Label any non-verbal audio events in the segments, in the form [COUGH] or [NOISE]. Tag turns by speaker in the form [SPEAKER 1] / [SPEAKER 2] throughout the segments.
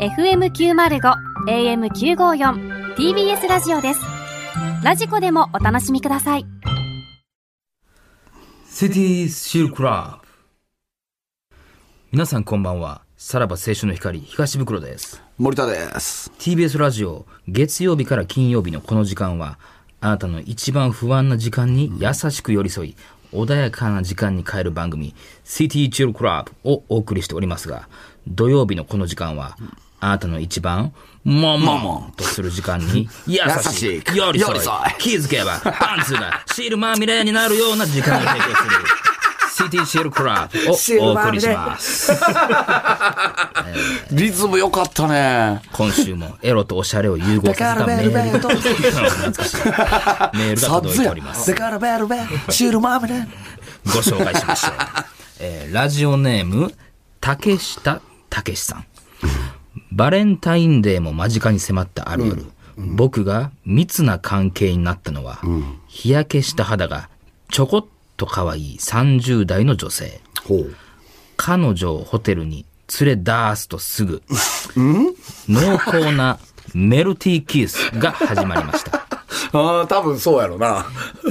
[SPEAKER 1] FM905 AM954 TBS ラジオですラジコでもお楽しみください
[SPEAKER 2] シティシルクラブ皆さんこんばんはさらば青春の光東袋です
[SPEAKER 3] 森田です。
[SPEAKER 2] TBS ラジオ月曜日から金曜日のこの時間はあなたの一番不安な時間に優しく寄り添い、穏やかな時間に変える番組「City Chill Club」をお送りしておりますが土曜日のこの時間はあなたの一番もんもんもんとする時間に優し
[SPEAKER 3] 優し
[SPEAKER 2] く
[SPEAKER 3] い
[SPEAKER 2] 寄り添い
[SPEAKER 3] 寄り添い
[SPEAKER 2] 気づけばパンツがシールまみれになるような時間を提供する City Chill Club をお送りします。
[SPEAKER 3] リズム良かったね。
[SPEAKER 2] 今週もエロとおしゃれを融合させたメールが懐かしいメールが
[SPEAKER 3] サッ
[SPEAKER 2] 届い
[SPEAKER 3] ズ
[SPEAKER 2] て
[SPEAKER 3] や
[SPEAKER 2] おりま。す
[SPEAKER 3] デカルベルベ、シールマーメレン。
[SPEAKER 2] ご紹介しましょう、えーラジオネーム竹下武さんバレンタインデーも間近に迫ったある夜、僕が密な関係になったのは、日焼けした肌がちょこっと可愛い30代の女性
[SPEAKER 3] ほう。
[SPEAKER 2] 彼女をホテルに連れ出すとすぐ、濃厚なメルティーキスが始まりました。
[SPEAKER 3] ああ、多分そうやろな。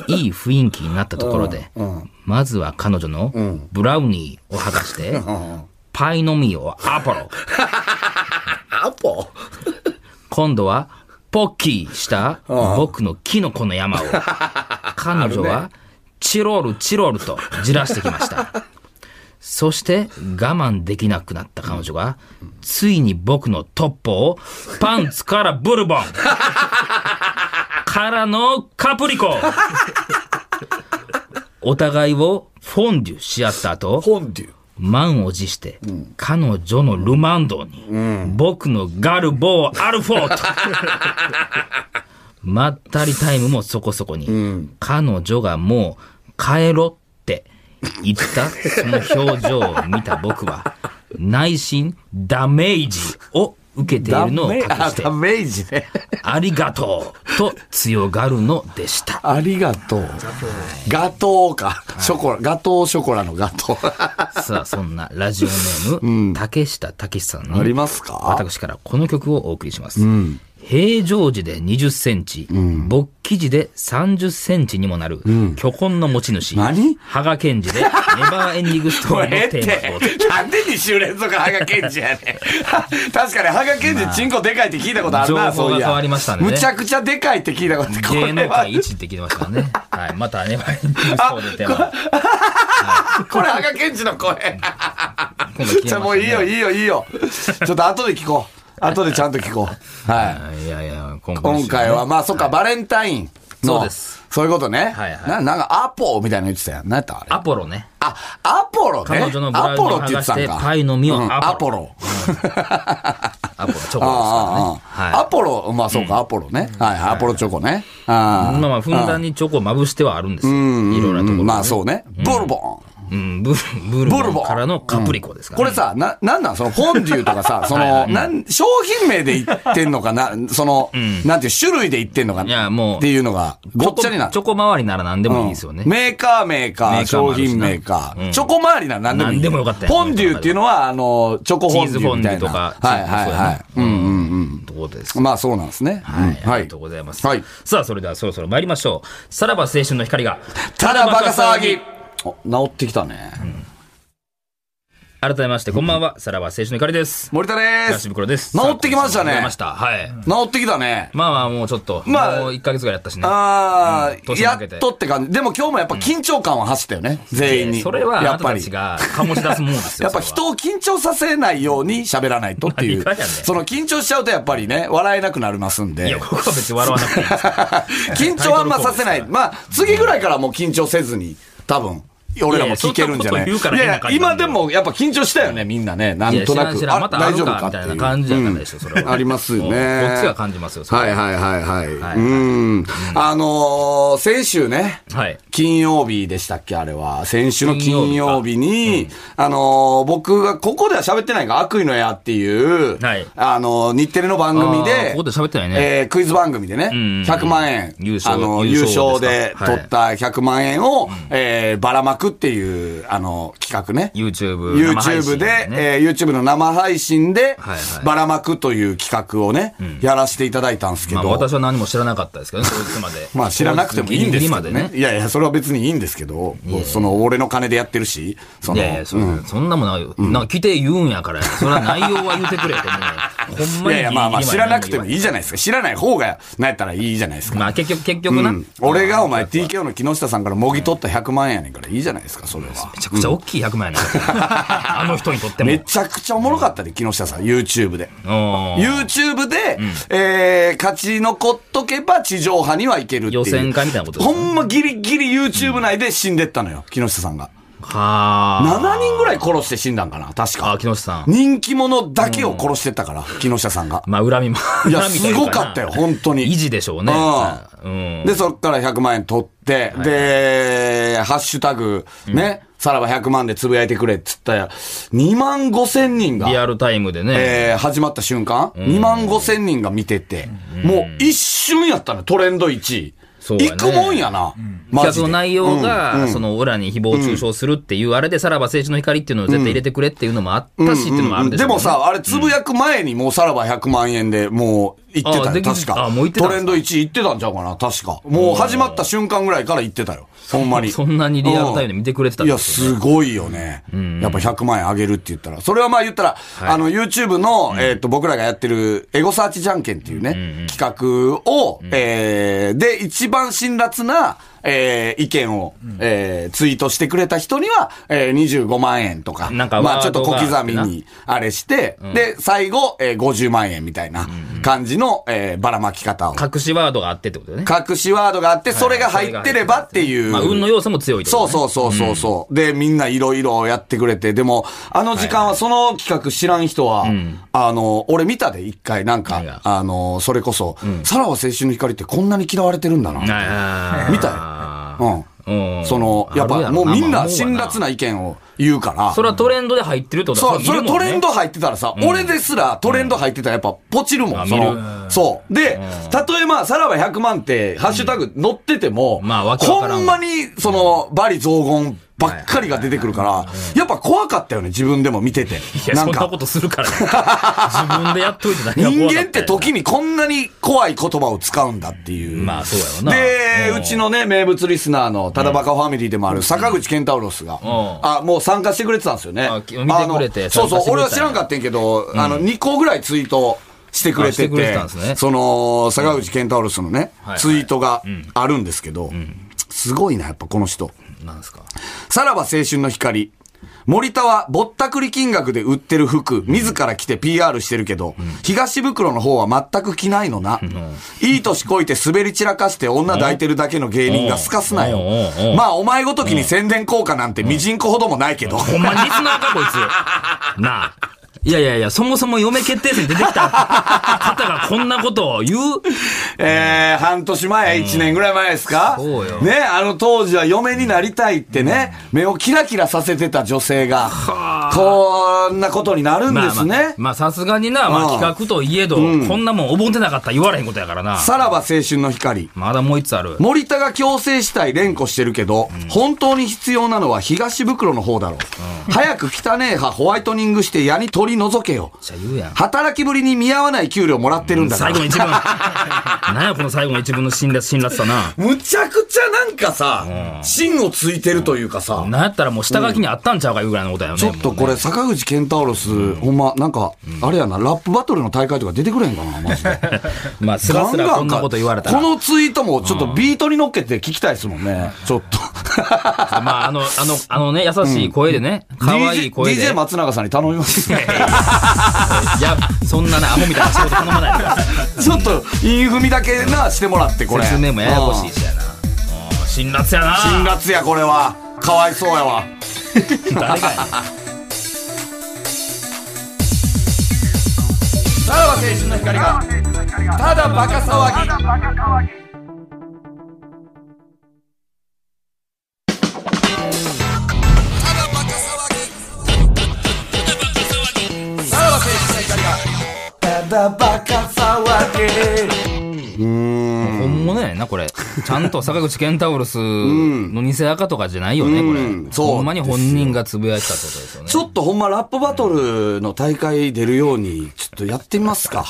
[SPEAKER 2] いい雰囲気になったところで、まずは彼女のブラウニーを剥がして、パイの実をアポロ、
[SPEAKER 3] アポ
[SPEAKER 2] 今度はポッキーした僕のキノコの山を、彼女はチロルチロルとじらしてきました。そして我慢できなくなった彼女が、ついに僕のトッポをパンツからブルボンからのカプリコお互いをフォンデュし合った後、
[SPEAKER 3] ホンデュ。
[SPEAKER 2] 満を持して、彼女のルマンドに、僕のガルボーアルフォ
[SPEAKER 3] [LAUGHS]
[SPEAKER 2] ート。まったりタイムもそこそこに、彼女がもう帰ろって言ったその表情を見た僕は、内心ダメージを受けているのを隠
[SPEAKER 3] あ
[SPEAKER 2] して
[SPEAKER 3] ダ、メージね。
[SPEAKER 2] ありがとうと強がるのでした。
[SPEAKER 3] ありがとう。ガトーか。ショコラ、ガトーショコラのガトー。
[SPEAKER 2] さあ、そんなラジオネーム、竹下武さんに、
[SPEAKER 3] ありますか
[SPEAKER 2] 私からこの曲をお送りします。平常時で20センチ、勃起時で30センチにもなる、巨根の持ち主、
[SPEAKER 3] 何
[SPEAKER 2] 羽賀健二で、ネバーエンディングストーリーの
[SPEAKER 3] [LAUGHS]
[SPEAKER 2] テーマをどうぞ。
[SPEAKER 3] なんで2週連続ハガケンジやねん。確かにハガケンジチンコでかいって聞いたことある
[SPEAKER 2] 情
[SPEAKER 3] な、
[SPEAKER 2] 報
[SPEAKER 3] そうい
[SPEAKER 2] が
[SPEAKER 3] や。
[SPEAKER 2] 変わりましたんでね
[SPEAKER 3] むちゃくちゃでかいって聞いたことこれ
[SPEAKER 2] 芸能
[SPEAKER 3] は
[SPEAKER 2] 界一って聞いてましたからね。はい。またネバーエンディングストーリーのテーマ。
[SPEAKER 3] これハガケンジの声。
[SPEAKER 2] 今度聞い
[SPEAKER 3] じゃあもういいよ、いいよ、いいよ。ちょっと後で聞こう。後でちゃんと聞こう。はい。
[SPEAKER 2] いやいや、今回,、
[SPEAKER 3] 今回は、まあそっか、バレンタインの。
[SPEAKER 2] そうです。
[SPEAKER 3] そういうことね。
[SPEAKER 2] はいはい
[SPEAKER 3] ななんか、アポみたいなの言ってたやん。何やったあれ
[SPEAKER 2] アポロね。
[SPEAKER 3] あ、アポロね。
[SPEAKER 2] 彼女のブラウ
[SPEAKER 3] ア
[SPEAKER 2] ンを
[SPEAKER 3] ポロって言ってたん
[SPEAKER 2] 剥が
[SPEAKER 3] か。
[SPEAKER 2] してパイの実を
[SPEAKER 3] うん
[SPEAKER 2] ア
[SPEAKER 3] ア
[SPEAKER 2] ポ
[SPEAKER 3] ポ
[SPEAKER 2] ロ
[SPEAKER 3] ロ。
[SPEAKER 2] アポロ、チョコですからね。
[SPEAKER 3] ああああアポロ、まあそうか、アポロね。はいはい、アポロチョコね。ああ
[SPEAKER 2] まあまあ、ふんだんにチョコをまぶしてはあるんですよ。いろいろなところ、ね。
[SPEAKER 3] まあそうね。ボルボン。
[SPEAKER 2] うん、ブブル
[SPEAKER 3] ブル
[SPEAKER 2] ボ
[SPEAKER 3] ボ
[SPEAKER 2] ン
[SPEAKER 3] ン
[SPEAKER 2] からのカプリコですから、
[SPEAKER 3] こ
[SPEAKER 2] ね
[SPEAKER 3] れさ、な、なんなんその、フォンデュとかさ、その、なん、商品名で言ってんのかな、その、なんていう、種類で言ってんのか
[SPEAKER 2] いやもう
[SPEAKER 3] っていうのが、ごっちゃになる
[SPEAKER 2] チョ。コ周りなら何でもいいですよね。
[SPEAKER 3] メーカーメーカ
[SPEAKER 2] メ
[SPEAKER 3] ー、
[SPEAKER 2] ーカーも
[SPEAKER 3] 商
[SPEAKER 2] あるしな
[SPEAKER 3] 品メーカ
[SPEAKER 2] うん
[SPEAKER 3] ー。チョコ周りなら何でもいい。
[SPEAKER 2] 何でもよかったよ
[SPEAKER 3] フォンデュっていうのは、あの、チョコフォン
[SPEAKER 2] チー
[SPEAKER 3] デュみたいな。
[SPEAKER 2] ズフォンデュとか
[SPEAKER 3] はいはいは
[SPEAKER 2] チーズ
[SPEAKER 3] い。
[SPEAKER 2] フォ
[SPEAKER 3] う
[SPEAKER 2] ンデュ
[SPEAKER 3] んうんうん。
[SPEAKER 2] ということです。
[SPEAKER 3] まあそうなんですね。
[SPEAKER 2] はい、
[SPEAKER 3] うん
[SPEAKER 2] ありがとうございます。
[SPEAKER 3] はい
[SPEAKER 2] さあ、それではそろそろ参りましょう。さらば青春の光が、
[SPEAKER 3] ただバカ騒ぎ。お治ってきたね。
[SPEAKER 2] 改めまして、こんば
[SPEAKER 3] [LAUGHS]
[SPEAKER 2] んは。さらば青春の光です。
[SPEAKER 3] 森田で
[SPEAKER 2] 東
[SPEAKER 3] す。治
[SPEAKER 2] 袋です。
[SPEAKER 3] ってきました
[SPEAKER 2] 治り
[SPEAKER 3] ね
[SPEAKER 2] まし。た。はい。
[SPEAKER 3] 治ってきたね。
[SPEAKER 2] まあまあ、もうちょっと、
[SPEAKER 3] まあ
[SPEAKER 2] もう1ヶ月ぐらいやったしね。
[SPEAKER 3] あ
[SPEAKER 2] うん
[SPEAKER 3] あ、
[SPEAKER 2] 年
[SPEAKER 3] や
[SPEAKER 2] 明け
[SPEAKER 3] ってとって感じ。でも今日もやっぱ緊張感は走ったよね。全員
[SPEAKER 2] えー
[SPEAKER 3] に。
[SPEAKER 2] それは、あ
[SPEAKER 3] や
[SPEAKER 2] な
[SPEAKER 3] ったぱ
[SPEAKER 2] た
[SPEAKER 3] り
[SPEAKER 2] ち。が醸し出すものですよ。
[SPEAKER 3] やっ
[SPEAKER 2] それは
[SPEAKER 3] ぱ人を緊張させないように喋らないとっていう
[SPEAKER 2] 何がやねん。
[SPEAKER 3] その緊張しちゃうとやっぱりね、笑えなくなりますんで。
[SPEAKER 2] いや、ここは別に笑わなくていいですから。タイトルコールですか
[SPEAKER 3] 緊張はあんまさせない。まあ、次ぐらいからもう緊張せずに、多分、俺らも聞けるんじゃない
[SPEAKER 2] いやいやそんなこと言うから変な感じ
[SPEAKER 3] 今でもやっぱ緊張したよね、みんなね。なんとなく。
[SPEAKER 2] いや知らん知らんまたあるかみたいな感じじゃないでしょ、
[SPEAKER 3] うん
[SPEAKER 2] それは。
[SPEAKER 3] ありますよね
[SPEAKER 2] もうこっちが感じますよ、それ
[SPEAKER 3] はいはいはいはい。うん。あのー、先週ね。
[SPEAKER 2] はい。
[SPEAKER 3] 金曜日でしたっけあれは。先週の金曜日に、あのー僕が、ここでは喋ってないが、悪意の矢っていう、
[SPEAKER 2] はい
[SPEAKER 3] あのー日テレの番組
[SPEAKER 2] あー
[SPEAKER 3] で、
[SPEAKER 2] ここで喋ってないね。
[SPEAKER 3] えークイズ番組でね、
[SPEAKER 2] んうんうん
[SPEAKER 3] 100万円、
[SPEAKER 2] 優勝
[SPEAKER 3] あの優
[SPEAKER 2] 優勝
[SPEAKER 3] 勝
[SPEAKER 2] で
[SPEAKER 3] です
[SPEAKER 2] か
[SPEAKER 3] 取った100万円を、えーばらまくっていう、あの、企画ね。
[SPEAKER 2] YouTube 生配
[SPEAKER 3] YouTube
[SPEAKER 2] 信
[SPEAKER 3] で、
[SPEAKER 2] ね
[SPEAKER 3] えー YouTube の生配信で
[SPEAKER 2] はいは、い
[SPEAKER 3] ばらまくという企画をね、やらせていただいたんですけ
[SPEAKER 2] まあ
[SPEAKER 3] ど。。
[SPEAKER 2] 私は何も知らなかったですけどね、当日まで
[SPEAKER 3] [LAUGHS] まあ知らなくてもいいんですけど
[SPEAKER 2] 当日ギリギリま
[SPEAKER 3] ね。
[SPEAKER 2] でね。
[SPEAKER 3] いやいや、それは別にいいんですけど、その俺の金でやってるし、そ
[SPEAKER 2] い
[SPEAKER 3] の、
[SPEAKER 2] やいや、そ,、そんなもんないよ。なんか来て言うんやから、それは内容は言うてくれと
[SPEAKER 3] [LAUGHS]
[SPEAKER 2] 思うよ。ほんまにギリギリまで
[SPEAKER 3] いやいや、まあまあ知らなくてもいいじゃないですか。知らない方が、なんやったらいいじゃないですか。
[SPEAKER 2] まあ結局、結局な。
[SPEAKER 3] うん俺がお前 TKO の木下さんからもぎ取った100万円やねんからいいじゃないですか、それは
[SPEAKER 2] め。ちゃくちゃ大きい100万円やな。
[SPEAKER 3] [LAUGHS]
[SPEAKER 2] あの人にとっても。
[SPEAKER 3] めちゃくちゃおもろかったで、木下さん、YouTube で。
[SPEAKER 2] おー
[SPEAKER 3] YouTube で、えー、勝ち残っとけば地上波にはいけるっていう。
[SPEAKER 2] 予選会みたいなことです
[SPEAKER 3] ほ
[SPEAKER 2] ね
[SPEAKER 3] んまギリギリ YouTube 内で死んでったのよ、木下さんが。
[SPEAKER 2] は
[SPEAKER 3] 7人ぐらい殺して死んだんかな、確
[SPEAKER 2] あ。あ、
[SPEAKER 3] か。
[SPEAKER 2] 木下さん。
[SPEAKER 3] 人気者だけを殺してったから、木下さ
[SPEAKER 2] [LAUGHS]
[SPEAKER 3] んが。
[SPEAKER 2] まあ恨みも。
[SPEAKER 3] いや、
[SPEAKER 2] 恨みと
[SPEAKER 3] す
[SPEAKER 2] う
[SPEAKER 3] ご
[SPEAKER 2] な
[SPEAKER 3] かったよ、本当に。
[SPEAKER 2] 維持でしょうね。
[SPEAKER 3] う
[SPEAKER 2] うん。
[SPEAKER 3] で、そっから100万円取って、で、ハッシュタグ、ね、さらば100万でつぶやいてくれって言ったら、2万5千人が、
[SPEAKER 2] リアルタイムでね。
[SPEAKER 3] えー始まった瞬間、2万5千人が見てて、もう一瞬やったね、トレンド1位。
[SPEAKER 2] そうやね
[SPEAKER 3] 行くもんやな、マ
[SPEAKER 2] 企
[SPEAKER 3] ジ
[SPEAKER 2] 画
[SPEAKER 3] で。
[SPEAKER 2] の内容が、その、裏に誹謗中傷するっていう、あれで、さらば青春の光っていうのを絶対入れてくれっていうのもあったし、っていうのもあるでし
[SPEAKER 3] で
[SPEAKER 2] ょうね
[SPEAKER 3] も、さ、あれ、つぶやく前にもうさらば100万円でもう行って
[SPEAKER 2] あ
[SPEAKER 3] たよ、
[SPEAKER 2] で
[SPEAKER 3] 確か。
[SPEAKER 2] あもう行ってたんですか
[SPEAKER 3] トレンド1位行ってたんちゃうかな、確か。もう始まった瞬間ぐらいから行ってたよ、ほんま
[SPEAKER 2] [LAUGHS]
[SPEAKER 3] に。
[SPEAKER 2] そんなにリアルタイムで見てくれてた
[SPEAKER 3] い
[SPEAKER 2] ん
[SPEAKER 3] や、
[SPEAKER 2] ですよ
[SPEAKER 3] すごいよね。やっぱ100万円あげるって言ったら。それはまあ言ったら、あの、YouTube の、えっと、僕らがやってる、エゴサーチじゃんけんっていうね、企画を、えーで、一番辛辣な、えー意見を、えーツイートしてくれた人には、えー25万円とか、
[SPEAKER 2] なんか
[SPEAKER 3] まあ
[SPEAKER 2] ワ
[SPEAKER 3] ちょっ
[SPEAKER 2] ー
[SPEAKER 3] と
[SPEAKER 2] ド
[SPEAKER 3] 小
[SPEAKER 2] が
[SPEAKER 3] 刻みに、あれして、で、最後、えー50万円みたいな感じの、えーばらまき方を。
[SPEAKER 2] 隠しワードがあってってことだね。
[SPEAKER 3] 隠しワードがあって、それが入ってればっていう。
[SPEAKER 2] まあ、運の要素も強いってこと
[SPEAKER 3] そう
[SPEAKER 2] ね
[SPEAKER 3] そうそうそうそう。で、みんないろいろやってくれて、でも、あの時間はその企画知らん人は、あの、俺見たで一回、な
[SPEAKER 2] 何
[SPEAKER 3] んか
[SPEAKER 2] が、
[SPEAKER 3] あの、それこそ、さらば青春の光ってこんなに嫌われてるんだな。
[SPEAKER 2] あー
[SPEAKER 3] 見たようん
[SPEAKER 2] うん
[SPEAKER 3] その、やっ
[SPEAKER 2] ある
[SPEAKER 3] ぱ
[SPEAKER 2] ろ
[SPEAKER 3] もうみん
[SPEAKER 2] まあ
[SPEAKER 3] な
[SPEAKER 2] まあ
[SPEAKER 3] 辛辣な意見を言うから。
[SPEAKER 2] それはトレンドで入ってるってこと
[SPEAKER 3] そ
[SPEAKER 2] は
[SPEAKER 3] う、それトレンド
[SPEAKER 2] ド
[SPEAKER 3] 入ってたらさ、俺ですらトレンド入ってたらやっぱポチるもん、
[SPEAKER 2] あ
[SPEAKER 3] そ
[SPEAKER 2] 見
[SPEAKER 3] の。そう。で、たとえまあ、さらば100万って、ハッシュタグ載ってても、
[SPEAKER 2] まあわけわからんわ
[SPEAKER 3] ほんまに、その、バリ雑言ばっかりが出てくるから、やっぱ怖かったよね、自分でも見てて
[SPEAKER 2] い。や、
[SPEAKER 3] な
[SPEAKER 2] そ
[SPEAKER 3] ん
[SPEAKER 2] んな
[SPEAKER 3] か
[SPEAKER 2] こ、とするからね。 [LAUGHS] 自分でやっといて何が怖かた
[SPEAKER 3] 人
[SPEAKER 2] んや
[SPEAKER 3] 間って時にこんなに怖い言葉を使うんだっていう。
[SPEAKER 2] まあ、そうやろな。
[SPEAKER 3] で、
[SPEAKER 2] ん
[SPEAKER 3] うち。のね、名物リスナーの、ただバカファミリーでもある、坂口健太郎氏が、あ、もう参加してくれてたんですよね。
[SPEAKER 2] あき見てくれて
[SPEAKER 3] あのそうそ
[SPEAKER 2] 参加してくれてたん、
[SPEAKER 3] う
[SPEAKER 2] や
[SPEAKER 3] 俺は知らんかったんやけど、あの、2個ぐらいツイートしてくれてて、
[SPEAKER 2] あしてくれてたんですね
[SPEAKER 3] その、坂口健太郎氏のね、
[SPEAKER 2] はいはい
[SPEAKER 3] ツイートがあるんですけど、すごいな、やっぱこの人。
[SPEAKER 2] なんですか。
[SPEAKER 3] さらば青春の光。森田はぼったくり金額で売ってる服、自ら着て PR してるけど、東袋の方は全く着ないのな。いい年こいて滑り散らかして女抱いてるだけの芸人がすかすなよ
[SPEAKER 2] うんうんう。ん
[SPEAKER 3] まあ、お前ごときに宣伝効果なんてみじんこほどもないけど。
[SPEAKER 2] ほんまにリスナーか、こい
[SPEAKER 3] [LAUGHS]
[SPEAKER 2] つ。なあ。いやいやいや、そもそも嫁決定戦出てきた方がこんなことを言う
[SPEAKER 3] えー、半年前、一年ぐらい前ですか、
[SPEAKER 2] そうよ
[SPEAKER 3] ね、あの当時は嫁になりたいってね、目をキラキラさせてた女性が、こんなことになるん
[SPEAKER 2] ま
[SPEAKER 3] で
[SPEAKER 2] あますあ
[SPEAKER 3] ね。
[SPEAKER 2] まあさすがにな、まあ
[SPEAKER 3] うん
[SPEAKER 2] 企画といえど、こんなもんおぼんてなかったら言われへんことやからな。
[SPEAKER 3] さらば青春の光。
[SPEAKER 2] まだもう一つある。
[SPEAKER 3] 森田が強制したい連呼してるけど、本当に必要なのは東袋の方だろう。早く汚ねえ歯ホワイトニングして矢に取り除けよ。
[SPEAKER 2] じゃあ言うやん。
[SPEAKER 3] 働きぶりに見合わない給料もらってるんだか
[SPEAKER 2] 最
[SPEAKER 3] ら
[SPEAKER 2] 後。の一文。 [LAUGHS] 何やこの最後の一文の辛辣、辛辣さな。
[SPEAKER 3] むちゃくちゃなんかさ、芯をついてるというかさ、
[SPEAKER 2] なんやったらもう下書きにあったんちゃうかいうぐらいのことやよね。
[SPEAKER 3] ちょっとこれ坂口健太郎ス、ほんま、なんか、あれやな、ラップバトルの大会とか出てくれへんかな、マ [LAUGHS] ジで。
[SPEAKER 2] まあすらすらこんなこと言われたら。
[SPEAKER 3] このツイートもちょっとビートに乗っけて聞きたいですもんね、ちょ [LAUGHS] っと。
[SPEAKER 2] まああの、あの、あのね、優しい声でね、可愛い声
[SPEAKER 3] DJ,
[SPEAKER 2] で。
[SPEAKER 3] DJ 松永さんに頼みます。 [LAUGHS]
[SPEAKER 2] いや、そんなな、アホみたいな仕事頼まないでください
[SPEAKER 3] [LAUGHS] ちょっと、陰踏みだけな、してもらって、これ。
[SPEAKER 2] 説明もややこしい
[SPEAKER 3] うん
[SPEAKER 2] しやな。うん辛辣やな。
[SPEAKER 3] 辛辣や、これは。かわいそうやわ。
[SPEAKER 2] [LAUGHS] 誰かやねん
[SPEAKER 3] [LAUGHS] さらば青春の光が、ただバカ騒ぎ。ただバカ騒ぎ
[SPEAKER 2] 本物やねんな、これ。ちゃんと坂口健太郎ロスの偽赤とかじゃないよね、こ
[SPEAKER 3] うん
[SPEAKER 2] れ。
[SPEAKER 3] そう
[SPEAKER 2] ほんまに本人がつぶやいてたってことですよね。
[SPEAKER 3] ちょっとほんまラップバトルの大会出るように、ちょっとやってみます
[SPEAKER 2] [LAUGHS]
[SPEAKER 3] か。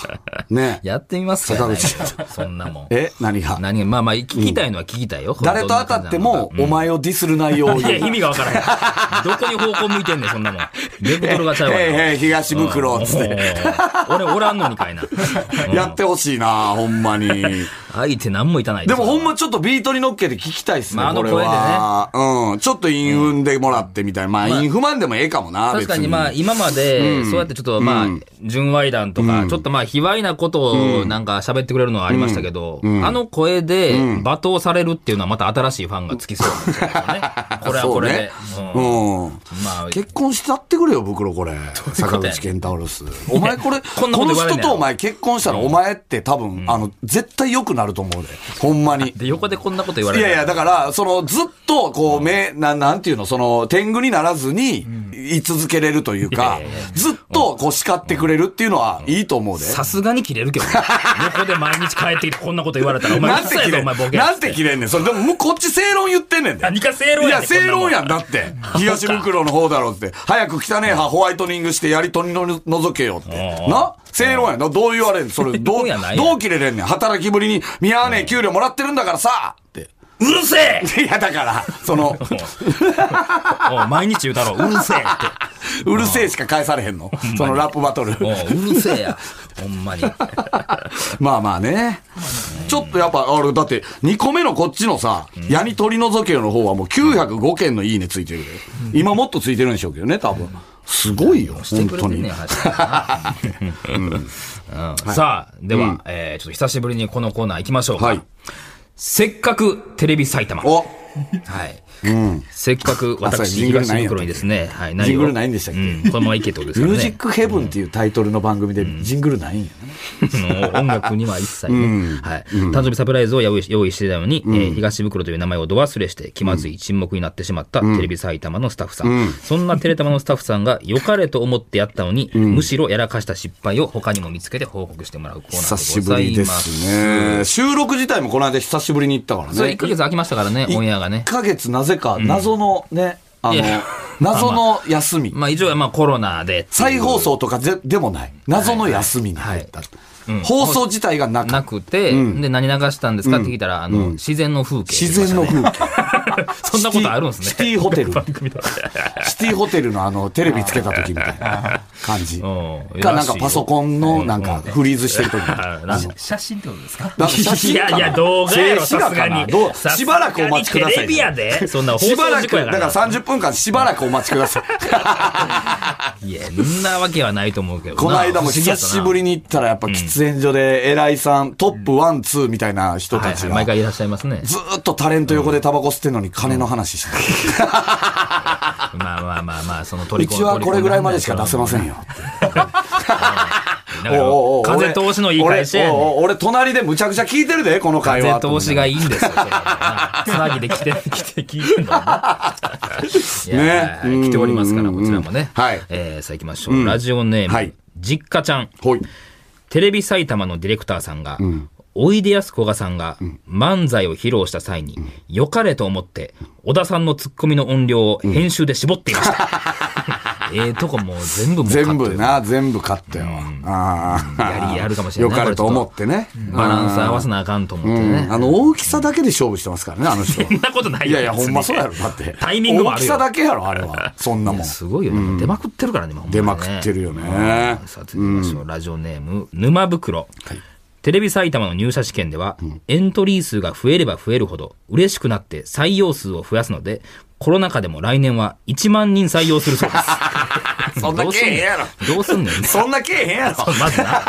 [SPEAKER 3] ね。
[SPEAKER 2] やってみますか、ね、
[SPEAKER 3] 坂
[SPEAKER 2] そんなもん。
[SPEAKER 3] え何が
[SPEAKER 2] 何がまあまあ、聞きたいのは聞きたいよ。
[SPEAKER 3] 誰と当たっても
[SPEAKER 2] どん、な感じ
[SPEAKER 3] お
[SPEAKER 2] なのか
[SPEAKER 3] 前をディスる内容を
[SPEAKER 2] うんい
[SPEAKER 3] 言
[SPEAKER 2] や、
[SPEAKER 3] う
[SPEAKER 2] 意味がわからへん。どこに方向向いてんねん、そんなもん。ベクトルがちゃうわな。
[SPEAKER 3] [LAUGHS] ええええ東袋っつって
[SPEAKER 2] うん俺おらんのにかいな。うん
[SPEAKER 3] やってほしいな、ほん
[SPEAKER 2] [LAUGHS]
[SPEAKER 3] まに。
[SPEAKER 2] 相手何もいたない
[SPEAKER 3] でもほん
[SPEAKER 2] ま、
[SPEAKER 3] まちょっとビートに乗っけて聞きたいっすね、
[SPEAKER 2] まああの
[SPEAKER 3] これは。うん。ちょっと韻踏んでもらってみたいな。まあ韻踏まんでもええかもな、
[SPEAKER 2] 確
[SPEAKER 3] 別
[SPEAKER 2] かにまあ、今まで、そうやってちょっとまあ、純愛談とか、ちょっとまあ、卑猥なことをなんか喋ってくれるのはありましたけど、あの声で罵倒されるっていうのはまた新しいファンがつきそうなん
[SPEAKER 3] [LAUGHS]
[SPEAKER 2] ですよね。これはこれで。
[SPEAKER 3] そうね
[SPEAKER 2] うん
[SPEAKER 3] う
[SPEAKER 2] ま
[SPEAKER 3] ん。
[SPEAKER 2] あ、
[SPEAKER 3] 結婚したってくれよ、袋これ。坂
[SPEAKER 2] やねん
[SPEAKER 3] 口健太郎ス。お前これ、
[SPEAKER 2] こ
[SPEAKER 3] こ
[SPEAKER 2] んなこと
[SPEAKER 3] の
[SPEAKER 2] 言われんねやろ
[SPEAKER 3] 人とお前結婚したらお前って多分、あの、絶対良くなると思うで。ほんまに。
[SPEAKER 2] で、横でこんなこと言われ
[SPEAKER 3] い
[SPEAKER 2] る。
[SPEAKER 3] やいや、だから、その、ずっと、こう、目、なん、なんていうの、その、天狗にならずに、言い続けれるというか
[SPEAKER 2] いやいやいや、
[SPEAKER 3] ずっと、こう、叱ってくれるっていうのは、いいと思うで。
[SPEAKER 2] さすがに切れるけど
[SPEAKER 3] [LAUGHS]
[SPEAKER 2] ね、横で毎日帰ってきてこんなこと言われたら、お前、
[SPEAKER 3] な
[SPEAKER 2] うんる
[SPEAKER 3] て
[SPEAKER 2] さい
[SPEAKER 3] 切
[SPEAKER 2] ぞ、
[SPEAKER 3] れ
[SPEAKER 2] お
[SPEAKER 3] ん、
[SPEAKER 2] 前ボケ。
[SPEAKER 3] なんて切れんねん。それ、でも、もうこっち正論言ってんねんで。
[SPEAKER 2] 何か正論
[SPEAKER 3] い
[SPEAKER 2] や
[SPEAKER 3] や、
[SPEAKER 2] ねんこん
[SPEAKER 3] 正
[SPEAKER 2] なもん
[SPEAKER 3] 論やん、だって。東袋の方だろうって。早く汚ねえ歯ホワイトニングして槍取りの除けよって。な正論やん。どう言われ
[SPEAKER 2] [LAUGHS]
[SPEAKER 3] んそれ、どう、
[SPEAKER 2] 論やないやん
[SPEAKER 3] どう切れれんねん。働きぶりに、見合わねえ給料もらってるんだからさって。 [LAUGHS]
[SPEAKER 2] うるせえ
[SPEAKER 3] いや、だから、
[SPEAKER 2] [LAUGHS]
[SPEAKER 3] その、
[SPEAKER 2] おう毎日言うだろう、うるせえって。
[SPEAKER 3] うるせえしか返されへんの。そのラップバトル。
[SPEAKER 2] おううるせえや。ほんまに。
[SPEAKER 3] [LAUGHS] まあまあね。ちょっとやっぱ、あれ、だって、2個目のこっちのさ、矢に取り除けよの方はもう905件のいいねついてるで。今もっとついてるんでしょうけどね、多分。すごいよ、
[SPEAKER 2] して
[SPEAKER 3] 本
[SPEAKER 2] くれて
[SPEAKER 3] 当
[SPEAKER 2] んね
[SPEAKER 3] に
[SPEAKER 2] ん、。走ってなうん [LAUGHS] さあ、では、えーちょっと久しぶりにこのコーナー行きましょうか。
[SPEAKER 3] はい
[SPEAKER 2] せっかくテレビ埼玉。は
[SPEAKER 3] お
[SPEAKER 2] い。せっかく
[SPEAKER 3] あ
[SPEAKER 2] 私、
[SPEAKER 3] そうやジングル
[SPEAKER 2] 東
[SPEAKER 3] ないんや
[SPEAKER 2] 袋にですね、はい、
[SPEAKER 3] ジングルないんでしたっけ
[SPEAKER 2] うんこのままいけってことです
[SPEAKER 3] ミ
[SPEAKER 2] よね。
[SPEAKER 3] ュージックヘブンっていうタイトルの番組でジングルないんやね。
[SPEAKER 2] の音楽には一切ね、はい、誕生日サプライズを用意用意していたのに、えー東袋という名前をど忘れして気まずい沈黙になってしまったテレビ埼玉のスタッフさん、そんなテレタマのスタッフさんが良かれと思ってやったのに、むしろやらかした失敗を他にも見つけて報告してもらうコーナ
[SPEAKER 3] 久
[SPEAKER 2] ー
[SPEAKER 3] し
[SPEAKER 2] でご
[SPEAKER 3] ぶ
[SPEAKER 2] ざ
[SPEAKER 3] り
[SPEAKER 2] い
[SPEAKER 3] で
[SPEAKER 2] ます。
[SPEAKER 3] すね。収録自体もこの間久しぶりに行ったからね。
[SPEAKER 2] それ1ヶ月空きましたからね、オンエアがね
[SPEAKER 3] 1。ヶ月なぜか謎のね、あ
[SPEAKER 2] い
[SPEAKER 3] の
[SPEAKER 2] や、
[SPEAKER 3] 謎の休み。
[SPEAKER 2] まあ以上はまあコロナで。
[SPEAKER 3] 再放送とかででもない。謎の休みに入った。放送自体がなか
[SPEAKER 2] な
[SPEAKER 3] った。
[SPEAKER 2] くて、で、何流したんですかって聞いたら、あの、自然の風景、
[SPEAKER 3] 自然の [LAUGHS] 風景。
[SPEAKER 2] そんなことあるんですね。
[SPEAKER 3] シティシティホテル [LAUGHS]
[SPEAKER 2] 番組だ
[SPEAKER 3] シティホテルのあの、テレビつけた時みたいな感 [LAUGHS] じ。
[SPEAKER 2] うん
[SPEAKER 3] か、なんかパソコンのなんかフリーズしてる時みたい [LAUGHS] な。
[SPEAKER 2] [LAUGHS] あの
[SPEAKER 4] 写真ってことですか
[SPEAKER 3] なんか写真
[SPEAKER 2] いや
[SPEAKER 3] かない
[SPEAKER 2] や、動画やろ、
[SPEAKER 3] 静
[SPEAKER 2] さ
[SPEAKER 3] 止
[SPEAKER 2] す
[SPEAKER 3] 画
[SPEAKER 2] が
[SPEAKER 3] かな
[SPEAKER 2] に。
[SPEAKER 3] どう
[SPEAKER 2] さすがに
[SPEAKER 3] しばらくお待ちください。
[SPEAKER 2] テレビやで、そんな放
[SPEAKER 3] しば
[SPEAKER 2] 送
[SPEAKER 3] ら
[SPEAKER 2] 事
[SPEAKER 3] く、
[SPEAKER 2] 故や
[SPEAKER 3] だ
[SPEAKER 2] か。
[SPEAKER 3] からら30分間しばらくお待ちく
[SPEAKER 2] [LAUGHS]
[SPEAKER 3] ださい。
[SPEAKER 2] いや、そんなわけはないと思うけどな。
[SPEAKER 3] この間も久しぶりに行ったらやっぱ喫煙所で偉いさん、トップワン、ツーみたいな人
[SPEAKER 2] 不思議やっ
[SPEAKER 3] た
[SPEAKER 2] た
[SPEAKER 3] ち
[SPEAKER 2] な。はいはい
[SPEAKER 3] が
[SPEAKER 2] 毎。回いらっしゃいますね。
[SPEAKER 3] ずーっとタレント横でタバコ吸ってんのに金の話してる。
[SPEAKER 2] まあまあまあまあ、その
[SPEAKER 3] う
[SPEAKER 2] 取り込
[SPEAKER 3] ちはこれぐらいまでしか出せません
[SPEAKER 2] よ。
[SPEAKER 3] よ。
[SPEAKER 2] だから風通しのいい会社やね
[SPEAKER 3] 俺お
[SPEAKER 2] ん
[SPEAKER 3] うおう俺隣でむちゃくちゃ聞いてるで、この会話。
[SPEAKER 2] 風通しがいいんですよ、それはなつなぎで来て、来て、聞いてんのかない
[SPEAKER 3] [LAUGHS] ね
[SPEAKER 2] やはい
[SPEAKER 3] うん
[SPEAKER 2] 来ておりますから、こちらもね。
[SPEAKER 3] はい
[SPEAKER 2] えーさあ行きましょう。ラジオネ
[SPEAKER 3] は
[SPEAKER 2] ーム
[SPEAKER 3] い、
[SPEAKER 2] 実家ちゃん。
[SPEAKER 3] ほい。
[SPEAKER 2] テレビ埼玉のディレクターさんが、おいでやすこがさんが漫才を披露した際に、良かれと思って、小田さんのツッコミの音量を編集で絞っていま
[SPEAKER 3] [LAUGHS]
[SPEAKER 2] した。ええとこもう全部もうカット
[SPEAKER 3] 全
[SPEAKER 2] で
[SPEAKER 3] 部
[SPEAKER 2] す。
[SPEAKER 3] な、全部買ったよ。ああ。
[SPEAKER 2] やりやるかもしれない
[SPEAKER 3] よかれと思ってね。
[SPEAKER 2] バランス合わせなあかんと思って
[SPEAKER 3] うん
[SPEAKER 2] ね。
[SPEAKER 3] あの、大きさだけで勝負してますからね、あの人は。
[SPEAKER 2] そんなこと [LAUGHS] ない
[SPEAKER 3] い
[SPEAKER 2] よ。
[SPEAKER 3] やいや、ほんまそうやろ、
[SPEAKER 2] 別
[SPEAKER 3] だって。
[SPEAKER 2] タイミングもあるよ
[SPEAKER 3] 大きさだけやろ、あれは。そんなもん
[SPEAKER 2] に。。すごいよね。もう出まくってるからね、今ほん
[SPEAKER 3] 出
[SPEAKER 2] にね
[SPEAKER 3] まくってるよね。
[SPEAKER 2] さあ続きましょう、ラジオネーム沼袋、テレビ埼玉の入社試験では、エントリー数が増えれば増えるほど嬉しくなって採用数を増やすのでコロナ禍でも来年は1万人採用するそうです
[SPEAKER 3] [LAUGHS] そんなけえへんやろ
[SPEAKER 2] どうすんねんどうすんねんね
[SPEAKER 3] そんなけえへん
[SPEAKER 2] [LAUGHS]
[SPEAKER 3] やろ。
[SPEAKER 2] まずな、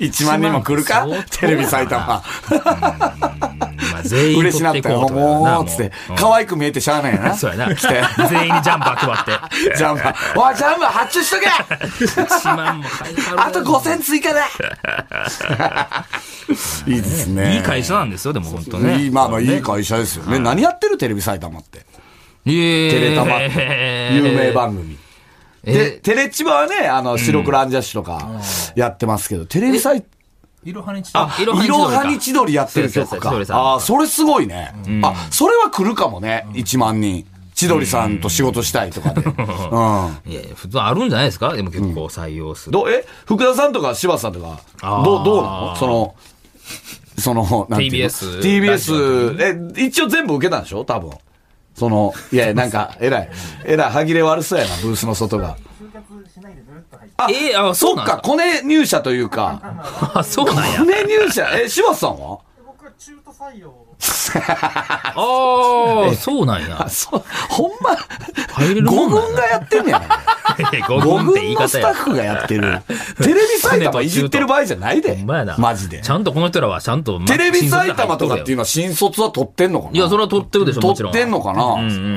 [SPEAKER 3] 1万人も来るか
[SPEAKER 2] 一万
[SPEAKER 3] テレビ埼玉。
[SPEAKER 2] まあ、全員
[SPEAKER 3] 嬉しなっ
[SPEAKER 2] 取って
[SPEAKER 3] た
[SPEAKER 2] いこ
[SPEAKER 3] よ、
[SPEAKER 2] うとやな
[SPEAKER 3] もう、つって。可愛く見えてしゃあないよな。
[SPEAKER 2] [LAUGHS] そうやな
[SPEAKER 3] 来て。
[SPEAKER 2] 全員にジャンパー配って
[SPEAKER 3] ジャンパー。おい、ジャンパー発注しとけ
[SPEAKER 2] [LAUGHS] 1万も買い払う
[SPEAKER 3] あと5000
[SPEAKER 2] [LAUGHS]
[SPEAKER 3] 追加だいいですね。
[SPEAKER 2] いい会社なんですよでも本当ね
[SPEAKER 3] いい、まあまあ、いい会社ですよね。何やってるテレビ埼玉って。
[SPEAKER 2] テ
[SPEAKER 3] テレタマって。有名番組。で、テレ千葉はね、あの、白黒アンジャッシュとかやってますけど、テレビ埼
[SPEAKER 4] いろはにちと
[SPEAKER 3] あ、い
[SPEAKER 2] いろ
[SPEAKER 3] ろ
[SPEAKER 2] はに千鳥か
[SPEAKER 3] はに千鳥やってる
[SPEAKER 2] そう
[SPEAKER 3] 曲
[SPEAKER 2] ですそうです千鳥さん
[SPEAKER 3] か。あーそれすごいね。あ、それは来るかもね。1万人。千鳥さんと仕事したいとかで。うん。
[SPEAKER 2] いやいや、普通あるんじゃないですかでも結構採用する。
[SPEAKER 3] どう、え、福田さんとか柴田さんとか、どう、どうなのその、その、なんていうの
[SPEAKER 2] TBS ラジオ
[SPEAKER 3] TBS、え、一応全部受けたんでしょ多分。その、いやいや、なんか、えらい、えらい、歯切れ悪そうやな、ブースの外が。あ
[SPEAKER 2] えーあそ
[SPEAKER 3] そうっ
[SPEAKER 2] なん
[SPEAKER 3] か、コネ入社というか、
[SPEAKER 2] あ、そうなんや
[SPEAKER 3] [LAUGHS] コ。ネ入社、え、柴田さんは
[SPEAKER 5] 僕は中途採用
[SPEAKER 2] ああ、そうなんや
[SPEAKER 3] あ。そう、ほんま、
[SPEAKER 2] 入れるも
[SPEAKER 3] 五
[SPEAKER 2] んなん
[SPEAKER 3] 軍がやってんねや
[SPEAKER 2] [LAUGHS]
[SPEAKER 3] な。
[SPEAKER 2] 五
[SPEAKER 3] 五
[SPEAKER 2] 軍って言
[SPEAKER 3] 軍
[SPEAKER 2] い
[SPEAKER 3] の
[SPEAKER 2] 方
[SPEAKER 3] スタッ
[SPEAKER 2] や。
[SPEAKER 3] フがやってる。テレビ埼玉いじってる場合じゃないで。
[SPEAKER 2] ほんまやな。
[SPEAKER 3] マジで
[SPEAKER 2] ち。ゃんとこの人らはちゃんと。
[SPEAKER 3] テレビ埼玉とかってい
[SPEAKER 2] う。
[SPEAKER 3] うのは新卒は取ってんのかない
[SPEAKER 2] や、それは撮ってるでしょ、もち
[SPEAKER 3] 取
[SPEAKER 2] ろん。
[SPEAKER 3] ってんのかなう
[SPEAKER 2] ん
[SPEAKER 3] ん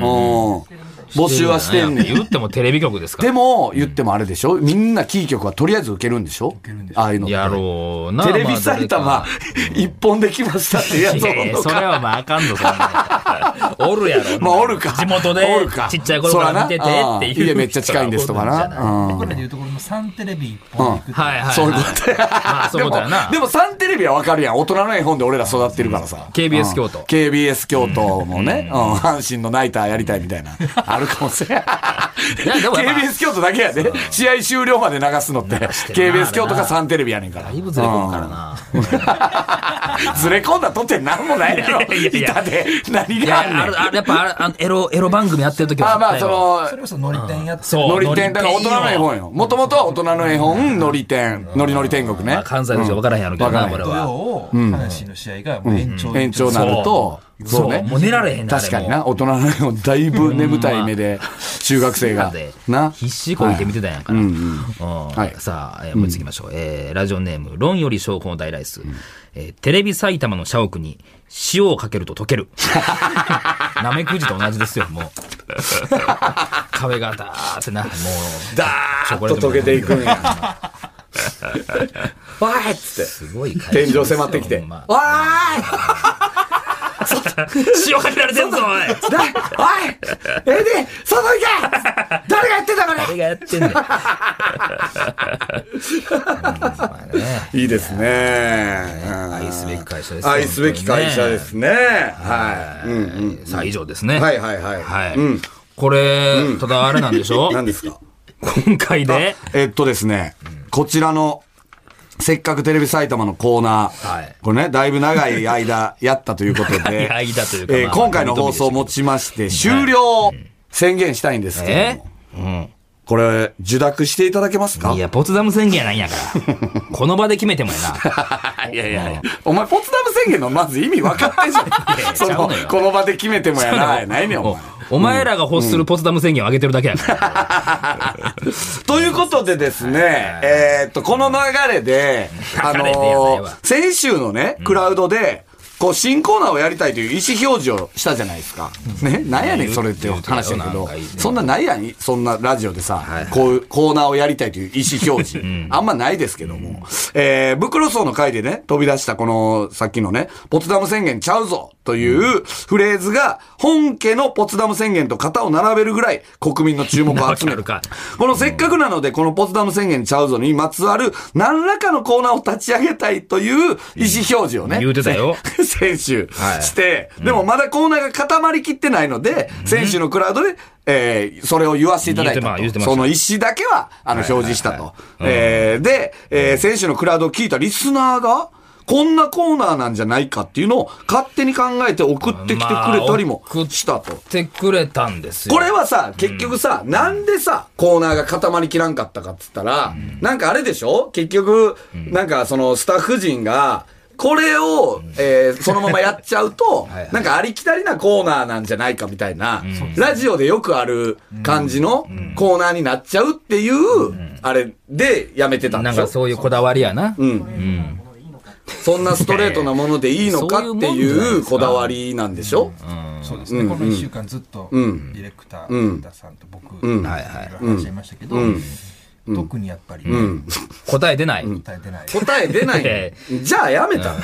[SPEAKER 3] 募集はしてんね
[SPEAKER 2] 言っ
[SPEAKER 3] ん。
[SPEAKER 2] てもテレビ局ですか
[SPEAKER 3] でも、言ってもあれでしょみんなキー局はとりあえず受けるんでしょああいうの
[SPEAKER 2] ら。や
[SPEAKER 3] って。
[SPEAKER 2] ろうな。
[SPEAKER 3] テレビ埼
[SPEAKER 2] まあ
[SPEAKER 3] 玉、一本できましたってや
[SPEAKER 2] 誰
[SPEAKER 3] つ
[SPEAKER 2] か
[SPEAKER 3] を
[SPEAKER 2] いやいやそれはまああかんぞ、そん
[SPEAKER 3] [LAUGHS]
[SPEAKER 2] なのおるやろ。
[SPEAKER 3] まあ、おるか。
[SPEAKER 2] 地元で
[SPEAKER 3] おるか、
[SPEAKER 2] ちっちゃい頃から見てて
[SPEAKER 3] そらな
[SPEAKER 2] っていう。
[SPEAKER 3] ん家めっちゃ近いんですとかな。うん
[SPEAKER 4] 僕らでいうところの3テレビ一本行くっていう
[SPEAKER 2] はいはいはい。
[SPEAKER 3] そういうことや
[SPEAKER 2] まあそういうことやな
[SPEAKER 3] でも、でも3テレビはわかるやん。大人の絵本で俺ら育ってるからさ。
[SPEAKER 2] KBS 京都
[SPEAKER 3] うん KBS 京都もね、うん阪神のナイターやりたいみたいな。あるかもしれん。
[SPEAKER 2] やでもやっぱ
[SPEAKER 3] KBS 京都だけやで。試合終了まで流すのって、
[SPEAKER 2] てるな
[SPEAKER 3] KBS 京都か3テレビやねんから。
[SPEAKER 2] だいぶずれ込むからな。
[SPEAKER 3] うん。ずれ込んだとってなんもないやろ。
[SPEAKER 2] いやいやいや
[SPEAKER 3] 板で何
[SPEAKER 2] い
[SPEAKER 3] があ
[SPEAKER 2] や、
[SPEAKER 3] ん
[SPEAKER 2] あ
[SPEAKER 3] ねん
[SPEAKER 2] る。あるやっぱあるあのエロ、エロ番組やってる時は
[SPEAKER 3] まあま
[SPEAKER 2] っ
[SPEAKER 3] あ、
[SPEAKER 2] たよ
[SPEAKER 3] その
[SPEAKER 4] そ、れこそ乗り店やって
[SPEAKER 2] そう。
[SPEAKER 3] ノリ天、だから大人の絵本よ。もともとは大人の絵本、ノリ天、ノリノリ天国ね
[SPEAKER 2] まあ。関西の人は分からへんやろうけどな、
[SPEAKER 3] うん
[SPEAKER 2] 俺
[SPEAKER 4] 土曜
[SPEAKER 2] は。
[SPEAKER 4] を阪神の試合がもう延長
[SPEAKER 3] 延長なると、
[SPEAKER 2] そう
[SPEAKER 3] そうね。
[SPEAKER 2] もう寝られへんな
[SPEAKER 3] 確かに
[SPEAKER 2] あれ
[SPEAKER 3] な、大人の絵本だいぶ眠たい目で、中学生が。な。
[SPEAKER 2] 必死こいて見てたんやから。
[SPEAKER 3] うん
[SPEAKER 2] うん
[SPEAKER 3] はい
[SPEAKER 2] さあ、えーもう次行きましょう。えーラジオネーム、論より証拠の大ライス。えーテレビ埼玉の社屋に塩をかけると溶け
[SPEAKER 3] [LAUGHS]
[SPEAKER 2] る。なめくじと同じですよ、もう。壁がだーってな、もう。
[SPEAKER 3] ダーッと溶けていくんや。わーいっつって。
[SPEAKER 2] すごい会社
[SPEAKER 3] [LAUGHS]
[SPEAKER 2] で
[SPEAKER 3] 天
[SPEAKER 2] すよ
[SPEAKER 3] 井迫ってきて。
[SPEAKER 2] ほ
[SPEAKER 3] わ
[SPEAKER 2] んま
[SPEAKER 3] ー
[SPEAKER 2] 塩かけられてんぞ、おい
[SPEAKER 3] いだおいええで外行け誰がやってたこ
[SPEAKER 2] 誰がやって
[SPEAKER 3] [LAUGHS]
[SPEAKER 2] んねん。
[SPEAKER 3] れいいですね。うん
[SPEAKER 2] 愛すべき会社ですよ
[SPEAKER 3] 愛すべき会社ですね。はい。うんうん
[SPEAKER 2] さあ、以上ですね。
[SPEAKER 3] はいはいはい。
[SPEAKER 2] はい。
[SPEAKER 3] うん。
[SPEAKER 2] これ、ただあれなんでしょ
[SPEAKER 3] 何ですか
[SPEAKER 2] 今回で。
[SPEAKER 3] えっとですね、こちらの、せっかくテレビ埼玉のコーナー、
[SPEAKER 2] はい
[SPEAKER 3] これね、だいぶ長い間やったということで、
[SPEAKER 2] [LAUGHS] 長い間というか
[SPEAKER 3] えー
[SPEAKER 2] まあ
[SPEAKER 3] 今回の放送をもちまして、終了宣言したいんですけれ
[SPEAKER 2] え
[SPEAKER 3] ども、これ、受諾していただけますか
[SPEAKER 2] いや、ポツダム宣言やないんや
[SPEAKER 3] [LAUGHS]
[SPEAKER 2] から。この場で決めてもやな。
[SPEAKER 3] いやいや、お前、ポツダム宣言のまず意味分かって
[SPEAKER 2] [LAUGHS]
[SPEAKER 3] んじゃ
[SPEAKER 2] や
[SPEAKER 3] ん。そ
[SPEAKER 2] ちゃう
[SPEAKER 3] の
[SPEAKER 2] のよ、
[SPEAKER 3] この場で決めてもやな、やないねん、お前。
[SPEAKER 2] お前らが欲するポツダム宣言を上げてるだけやから。
[SPEAKER 3] ということでですね、えーっと、この流れで、あ
[SPEAKER 2] [LAUGHS] 流れでやない
[SPEAKER 3] の
[SPEAKER 2] わ
[SPEAKER 3] ー先週のね、クラウドで、こう、新コーナーをやりたいという意思表示をしたじゃないですか。ね、なんやねん、それって話だけ
[SPEAKER 2] なん
[SPEAKER 3] ど
[SPEAKER 2] かいいね、
[SPEAKER 3] そんなないやん、そんなラジオでさ、こういうコーナーをやりたい [LAUGHS] という意思表示。あんまないですけども。えー、ブクロソーの回でね、飛び出したこの、さっきのね、ポツダム宣言ちゃうぞというフレーズが、本家のポツダム宣言と肩を並べるぐらい国民の注目を集め [LAUGHS]
[SPEAKER 2] わ
[SPEAKER 3] る
[SPEAKER 2] かるか。
[SPEAKER 3] このせっかくなので、このポツダム宣言ちゃうぞにまつわる何らかのコーナーを立ち上げたいという意思表示をね。
[SPEAKER 2] 言うてた
[SPEAKER 3] [LAUGHS]
[SPEAKER 2] よ。
[SPEAKER 3] 先週
[SPEAKER 2] はい
[SPEAKER 3] して、でもまだコーナーが固まりきってないので、先週のクラウドで、えーそれを言わせていただい
[SPEAKER 2] 言
[SPEAKER 3] た
[SPEAKER 2] うてま言うて
[SPEAKER 3] と。
[SPEAKER 2] ました
[SPEAKER 3] その意思だけは、あの、表示したと。えーで、えー先週のクラウドを聞いたリスナーが、こんなコーナーなんじゃないかっていうのを勝手に考えて送ってきてくれたりもした
[SPEAKER 2] 送
[SPEAKER 3] と。
[SPEAKER 2] ってくれたんですよ。
[SPEAKER 3] これはさ、結局さ、なんでさ、コーナーが固まりきらんかったかっつったら、なんかあれでしょ結局、なんかそのスタッフ陣が、これを、えーそのままやっちゃう [LAUGHS] と、
[SPEAKER 2] いはい
[SPEAKER 3] なんかありきたりなコーナーなんじゃないかみたいな、ラジオでよくある感じのコーナーになっちゃうっていう、あれでやめてたん
[SPEAKER 2] な
[SPEAKER 3] で
[SPEAKER 2] ん
[SPEAKER 3] しょ
[SPEAKER 2] かそういうこだわりやな。
[SPEAKER 3] そんなストレートなものでいいのかっていうこだわりなんでしょ
[SPEAKER 4] そうですね、この1週間ずっとディレクター、
[SPEAKER 3] ん
[SPEAKER 4] 福田さんと僕、いろいろ話し合いましたけど、特にやっぱり、
[SPEAKER 2] 答え出ない。
[SPEAKER 4] 答えてない。
[SPEAKER 3] 答え出 [LAUGHS] ない
[SPEAKER 2] え
[SPEAKER 3] の。じゃあやめたの。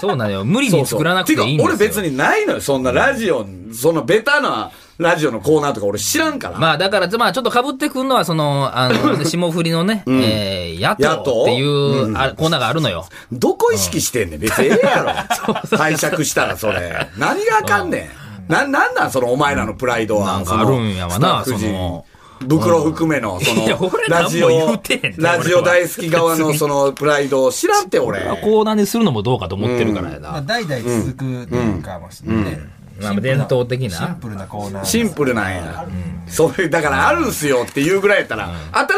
[SPEAKER 2] そうなのよ。無理に作らなくていいんですよ。
[SPEAKER 3] てか俺別にないのよ、そんなラジオ、そのベタなラジオのコーナーとか俺知らんから。
[SPEAKER 2] まあだから、まあちょっと被ってくるのは、その、あ
[SPEAKER 3] [LAUGHS]
[SPEAKER 2] の、霜降りのね、えー、野党っていうあコーナーがあるのよ。
[SPEAKER 3] どこ意識してんねん。別にええや
[SPEAKER 2] [LAUGHS]
[SPEAKER 3] ろ。解釈したらそれ。何があかんねん。な、なんなんそのお前らのプライドは。
[SPEAKER 2] なんかあるんやわな
[SPEAKER 3] そのスタッフ
[SPEAKER 2] そ
[SPEAKER 3] 陣
[SPEAKER 2] の
[SPEAKER 3] 袋含めの、その
[SPEAKER 2] いや俺、ら
[SPEAKER 3] ラ
[SPEAKER 2] も
[SPEAKER 3] ジオ
[SPEAKER 2] 言うてへん、ね
[SPEAKER 3] ラジオ大好き側のそのプライドを知らんって俺。
[SPEAKER 2] コーナーにするのもどうかと思ってるからや
[SPEAKER 4] まあ、
[SPEAKER 2] な。
[SPEAKER 4] 代々続くというかもしれないね。
[SPEAKER 2] まあ伝統的
[SPEAKER 4] シン
[SPEAKER 2] な。
[SPEAKER 4] プルなコーナー。
[SPEAKER 3] シンプルなんや。そういう、だからあるんすよっていうぐらいやったら、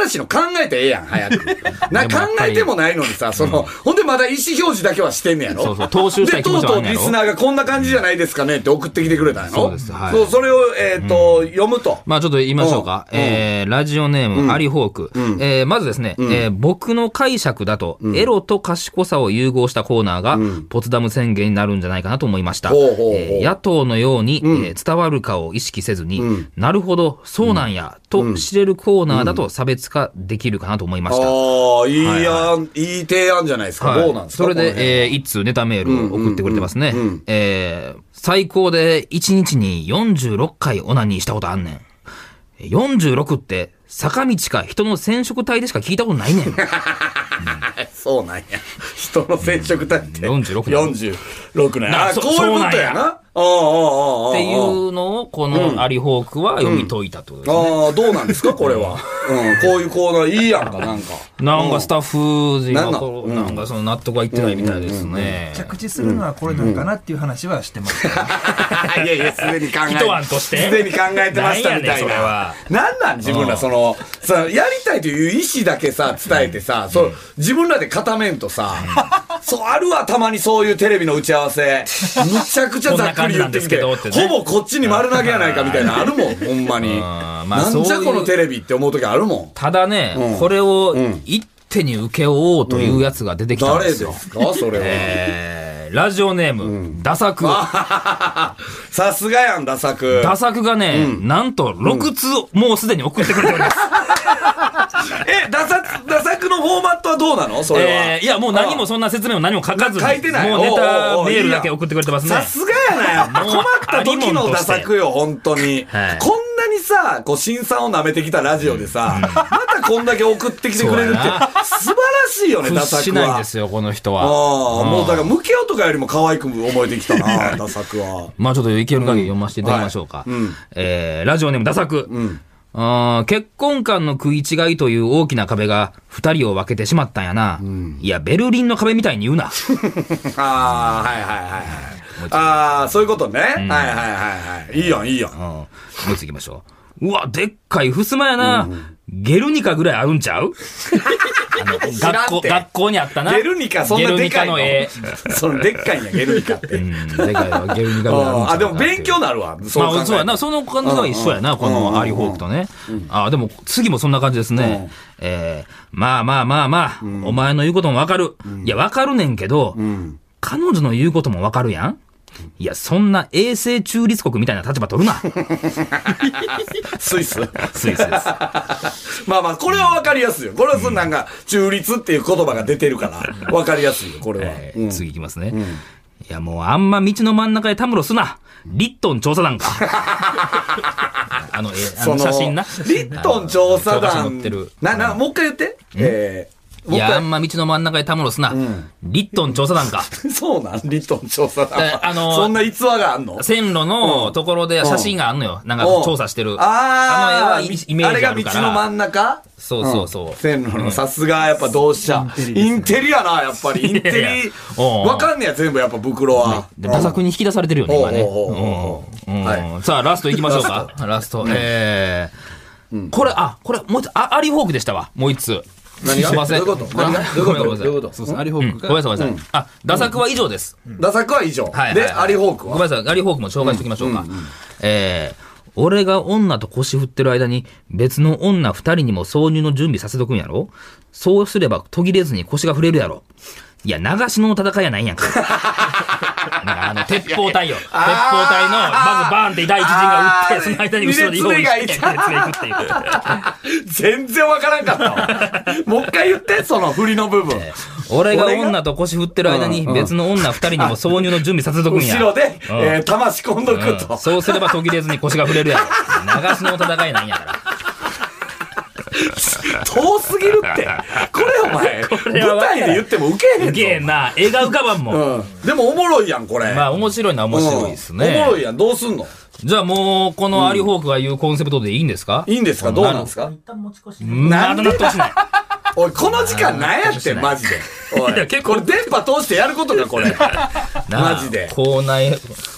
[SPEAKER 3] 新しいの考えてええやん、早
[SPEAKER 2] [LAUGHS]
[SPEAKER 3] く。な、
[SPEAKER 2] でもやっ
[SPEAKER 3] 考
[SPEAKER 2] ぱり
[SPEAKER 3] えてもないのにさ、その、ほんでまだ意思表示だけはしてんねやろ。
[SPEAKER 2] そうそう踏襲したい
[SPEAKER 3] で、
[SPEAKER 2] 気持
[SPEAKER 3] とう
[SPEAKER 2] ちはあん
[SPEAKER 3] とう
[SPEAKER 2] ねや
[SPEAKER 3] リ
[SPEAKER 2] ろ
[SPEAKER 3] スナーがこんな感じじゃないですかねって送ってきてくれたんやろ。
[SPEAKER 2] そうですはい
[SPEAKER 3] そう、それを、えっ、と、読むと。
[SPEAKER 2] まあちょっと言いましょうか。
[SPEAKER 3] うん
[SPEAKER 2] えー、ラジオネーム、アリホーク。えー、まずですね、えー、僕の解釈だと、エロと賢さを融合したコーナーが、ポツダム宣言になるんじゃないかなと思いました。
[SPEAKER 3] ほうほうほう
[SPEAKER 2] えー野党のように、えー伝わるかを意識せずに、なるほど、そうなんや、と知れるコーナーだと差別化できるかなと思いました。
[SPEAKER 3] ああ、いいやん、いい、提案じゃないですか。
[SPEAKER 2] はい
[SPEAKER 3] どうなんですか
[SPEAKER 2] それ
[SPEAKER 3] この辺
[SPEAKER 2] で、えー、一通ネタメールを送ってくれてますね。えー、最高で1日に46回オナニーしたことあんねん。46って、坂道か人の染色体でしか聞いたことない
[SPEAKER 3] [LAUGHS]
[SPEAKER 2] ねん。
[SPEAKER 3] そうなんや。 [LAUGHS] 人の染色体って。
[SPEAKER 2] うん46なの
[SPEAKER 3] 46なんや。
[SPEAKER 2] な
[SPEAKER 3] あ、
[SPEAKER 2] そ
[SPEAKER 3] こういうことやな。ああ、ああ、ああ。
[SPEAKER 2] っていうのを、このアリホークは読み解いたという。
[SPEAKER 3] ああ、どうなんですか、これは。うん、こういうコーナーいいやんか、なん
[SPEAKER 2] [LAUGHS]
[SPEAKER 3] か。
[SPEAKER 2] なんかスタッフ陣
[SPEAKER 3] なん
[SPEAKER 2] が
[SPEAKER 3] なん
[SPEAKER 2] こう、なんかその納得がいってないみたいですね。
[SPEAKER 4] 着地するのはこれなんかなっていう話はしてますけど。
[SPEAKER 3] いやいや、 [LAUGHS] すでに考え
[SPEAKER 2] 一案として
[SPEAKER 3] すでに考えてました
[SPEAKER 2] な
[SPEAKER 3] みた
[SPEAKER 2] んやねんそ
[SPEAKER 3] い
[SPEAKER 2] れ
[SPEAKER 3] な
[SPEAKER 2] は。
[SPEAKER 3] なんなん、自分
[SPEAKER 2] う
[SPEAKER 3] ら、
[SPEAKER 2] ん
[SPEAKER 3] その、さ、やりたいという意思だけさ、伝えてさ、そう、自分らで固めんとさ、そう、あるわ、たまにそういうテレビの打ち合わせ。むちゃくちゃざっくり言ってきて、
[SPEAKER 2] こんな感じなんですけどってね
[SPEAKER 3] ほぼこっちに丸投げやないかみたいな、あるもん、ほんまに。
[SPEAKER 2] うん
[SPEAKER 3] な
[SPEAKER 2] まあ
[SPEAKER 3] んじゃこのテレビって思う時あるもん。
[SPEAKER 2] ただね、これを一手に請け負おうというやつが出てきたん
[SPEAKER 3] 誰
[SPEAKER 2] で
[SPEAKER 3] ですす
[SPEAKER 2] よ。
[SPEAKER 3] か、それは。
[SPEAKER 2] えー、ラジオネーム、ダサク。
[SPEAKER 3] さすがやん、ダサく。
[SPEAKER 2] 打作がね、なんと6通もうすでに送ってくれております。
[SPEAKER 3] え、ダサ、ダサくのフォーマットはどうなのそれは。
[SPEAKER 2] えーいや、もう何もそんな説明も何も書かずに。
[SPEAKER 3] 書いてない
[SPEAKER 2] もうネタ
[SPEAKER 3] おうおうおう
[SPEAKER 2] メールだけ送ってくれてますね
[SPEAKER 3] さ。すがやな、やっぱ
[SPEAKER 2] もう
[SPEAKER 3] 困った時のダサくよ、本当に。
[SPEAKER 2] はい
[SPEAKER 3] こんなにさ、こう、新さんを舐めてきたラジオでさ、またこんだけ送ってきてくれるって
[SPEAKER 2] そうや、
[SPEAKER 3] 素晴らしいよね、ダ
[SPEAKER 2] 屈
[SPEAKER 3] サ
[SPEAKER 2] し
[SPEAKER 3] く
[SPEAKER 2] ないん
[SPEAKER 3] は
[SPEAKER 2] で。すよ、この人
[SPEAKER 3] ああ、
[SPEAKER 2] は。うん
[SPEAKER 3] もうだから、ムケオとかよりも可愛く思えてきた
[SPEAKER 2] [LAUGHS]
[SPEAKER 3] な、ダサくは。
[SPEAKER 2] まあちょっといける限り読ませていただきましょうか。えーラジオネームダサく。あー結婚間の食い違いという大きな壁が二人を分けてしまったんやな。いや、ベルリンの壁みたいに言うな。
[SPEAKER 3] ああ、はいはいはいはい。ああ、そういうことね。はいはいはいはい。いいやん、いいやん。
[SPEAKER 2] うん。もう一つ行きましょう。うわ、でっかい襖やな。ゲルニカぐらいあるんちゃうあ [LAUGHS] の
[SPEAKER 3] らんて
[SPEAKER 2] 学校、学校にあったな。
[SPEAKER 3] ゲルニカ、そんなでかいの
[SPEAKER 2] ゲルニカの
[SPEAKER 3] [LAUGHS] そのでっかいんや、ゲルニカって。
[SPEAKER 2] 絵。うん、でかいわ。ゲルニカぐらいあるんちゃうかなって
[SPEAKER 3] あ、でも勉強なるわ。そう
[SPEAKER 2] ま
[SPEAKER 3] 考えたら
[SPEAKER 2] あ、そうやな。その感じは一緒やな。このアリホークとね。あ、でも、次もそんな感じですね。えーまあまあまあまあ、お前の言うこともわかる。いや、わかるねんけど、彼女の言うこともわかるやん。いや、そんな永世中立国みたいな立場取るな。
[SPEAKER 3] スイス。 [LAUGHS]
[SPEAKER 2] スイスです。
[SPEAKER 3] まあまあ、これは分かりやすいよ。これはそのなんか、中立っていう言葉が出てるから、分かりやすいよ、これは。
[SPEAKER 2] えー次いきますね。いや、もうあんま道の真ん中でたむろすな。リットン調査
[SPEAKER 3] [LAUGHS]
[SPEAKER 2] 団か。あの、えーあの写真な。
[SPEAKER 3] リットン調査
[SPEAKER 2] あの教科書
[SPEAKER 3] 団
[SPEAKER 2] 載ってる。
[SPEAKER 3] な、な、もう一回言って。えー、
[SPEAKER 2] い
[SPEAKER 3] もう一
[SPEAKER 2] や、あ
[SPEAKER 3] 回。
[SPEAKER 2] んま道の真ん中でたむろすな。リットン調査団か。
[SPEAKER 3] [LAUGHS] そうなんリットン調査団
[SPEAKER 2] え
[SPEAKER 3] は。
[SPEAKER 2] あのー
[SPEAKER 3] そんな逸話があんの
[SPEAKER 2] 線路のところで写真があんのよ。なんか
[SPEAKER 3] うん
[SPEAKER 2] 調査してる。の
[SPEAKER 3] ああ
[SPEAKER 2] 絵はイイメージあ
[SPEAKER 3] あれ
[SPEAKER 2] る
[SPEAKER 3] が
[SPEAKER 2] か
[SPEAKER 3] 道の真
[SPEAKER 2] ら。
[SPEAKER 3] ん中
[SPEAKER 2] そうそうそう。
[SPEAKER 3] 線路のさすがやっぱ同志社。インテリやな、やっぱり。インテ
[SPEAKER 2] いやいや
[SPEAKER 3] リ。
[SPEAKER 2] おうおう
[SPEAKER 3] わかんねや、全部やっぱ袋は。
[SPEAKER 2] で打作に引き出されてるよね、今ね。
[SPEAKER 3] おうおうおうおう
[SPEAKER 2] うんうん
[SPEAKER 3] は
[SPEAKER 2] さあ、ラストいきましょうか。ラスト。えー、これ、あ、これ、もう一つ、あアリフォークでしたわ。もう一つ。
[SPEAKER 3] 何が
[SPEAKER 2] すいません。
[SPEAKER 3] どういうこと何が
[SPEAKER 2] あ
[SPEAKER 3] どういうこと
[SPEAKER 2] ごめんごめんなさ
[SPEAKER 3] どういうこと
[SPEAKER 5] そうですね。アリホ
[SPEAKER 2] う
[SPEAKER 5] ー
[SPEAKER 2] ん
[SPEAKER 5] ク
[SPEAKER 2] ご
[SPEAKER 5] が、
[SPEAKER 2] めんなさい、ごめんなさい。あ、打作は以上です。
[SPEAKER 3] ダサクは以上
[SPEAKER 2] はい。
[SPEAKER 3] で、アリホーク
[SPEAKER 2] ごめ
[SPEAKER 3] は
[SPEAKER 2] んなさい、アリホークも紹介しておきましょうか。えー俺が女と腰振ってる間に別の女二人にも挿入の準備させとくんやろ [LAUGHS] そうすれば途切れずに腰が触れるやろいや、流しの戦いやないんやんか。あの、鉄砲隊よ。鉄砲隊の、まずバーンって第一陣が撃って、その間に後ろで用意して、
[SPEAKER 3] あー
[SPEAKER 2] 連れ行くっていう。
[SPEAKER 3] 全然わからんか
[SPEAKER 2] [LAUGHS]
[SPEAKER 3] ったわもう一回言って、その振りの部分。
[SPEAKER 2] 俺が女と腰振ってる間に、別の女二人にも挿入の準備させとくんや。
[SPEAKER 3] 後ろで、
[SPEAKER 2] うん
[SPEAKER 3] えー、玉仕込んどく
[SPEAKER 2] うん
[SPEAKER 3] と。
[SPEAKER 2] そうすれば途切れずに腰が振れるやろ。流しの戦いなんやから。
[SPEAKER 3] 遠すぎるって。これお前、
[SPEAKER 2] れは
[SPEAKER 3] 舞
[SPEAKER 2] わからん
[SPEAKER 3] 台で言ってもウケへんぞ
[SPEAKER 2] すげえな。絵が浮かばんもん。
[SPEAKER 3] うん。でもおもろいやん、これ。
[SPEAKER 2] まあ、面白いのは面白いですね。
[SPEAKER 3] うんおもろいやん、どうすんの
[SPEAKER 2] じゃあもう、このアリホークが言うコンセプトでいいんですか
[SPEAKER 3] いいんですかどうなんですか
[SPEAKER 4] 一旦持ち越し
[SPEAKER 2] まだ納得しない。
[SPEAKER 3] おい、この時間何やってん、マジで。お
[SPEAKER 2] いや
[SPEAKER 3] い、
[SPEAKER 2] 結
[SPEAKER 3] 結
[SPEAKER 2] 構
[SPEAKER 3] 構これ電波通してやることか、これ。
[SPEAKER 2] なあ
[SPEAKER 3] マジで
[SPEAKER 2] 校内。
[SPEAKER 3] い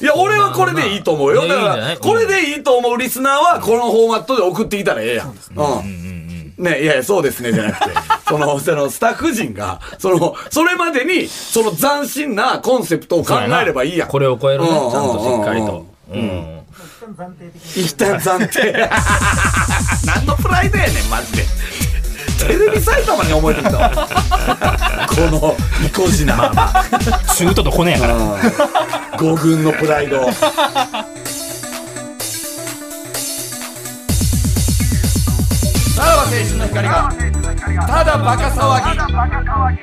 [SPEAKER 3] や、俺はこれでいいと思うよ。
[SPEAKER 2] いや
[SPEAKER 3] だ
[SPEAKER 2] いいんじゃない
[SPEAKER 3] から、これでいいと思うリスナーは、このフォーマットで送ってきたらええやん。うん。ね、いやいや、そうですね、じゃなく
[SPEAKER 2] [LAUGHS]
[SPEAKER 3] て。その、その、スタッフ陣が、その、それまでに、その斬新なコンセプトを考えればいいやん。
[SPEAKER 2] これを超えるね、ちゃんとしっかり
[SPEAKER 3] うんうんうん
[SPEAKER 2] と。うん。
[SPEAKER 3] 一旦暫定何のプライドやねんマジでテレビ埼玉に思えてき
[SPEAKER 2] [LAUGHS]
[SPEAKER 3] たわこの意固地な
[SPEAKER 2] 中途と骨やから。
[SPEAKER 3] 五軍のプライドさらば青春の光がただバカ騒ぎ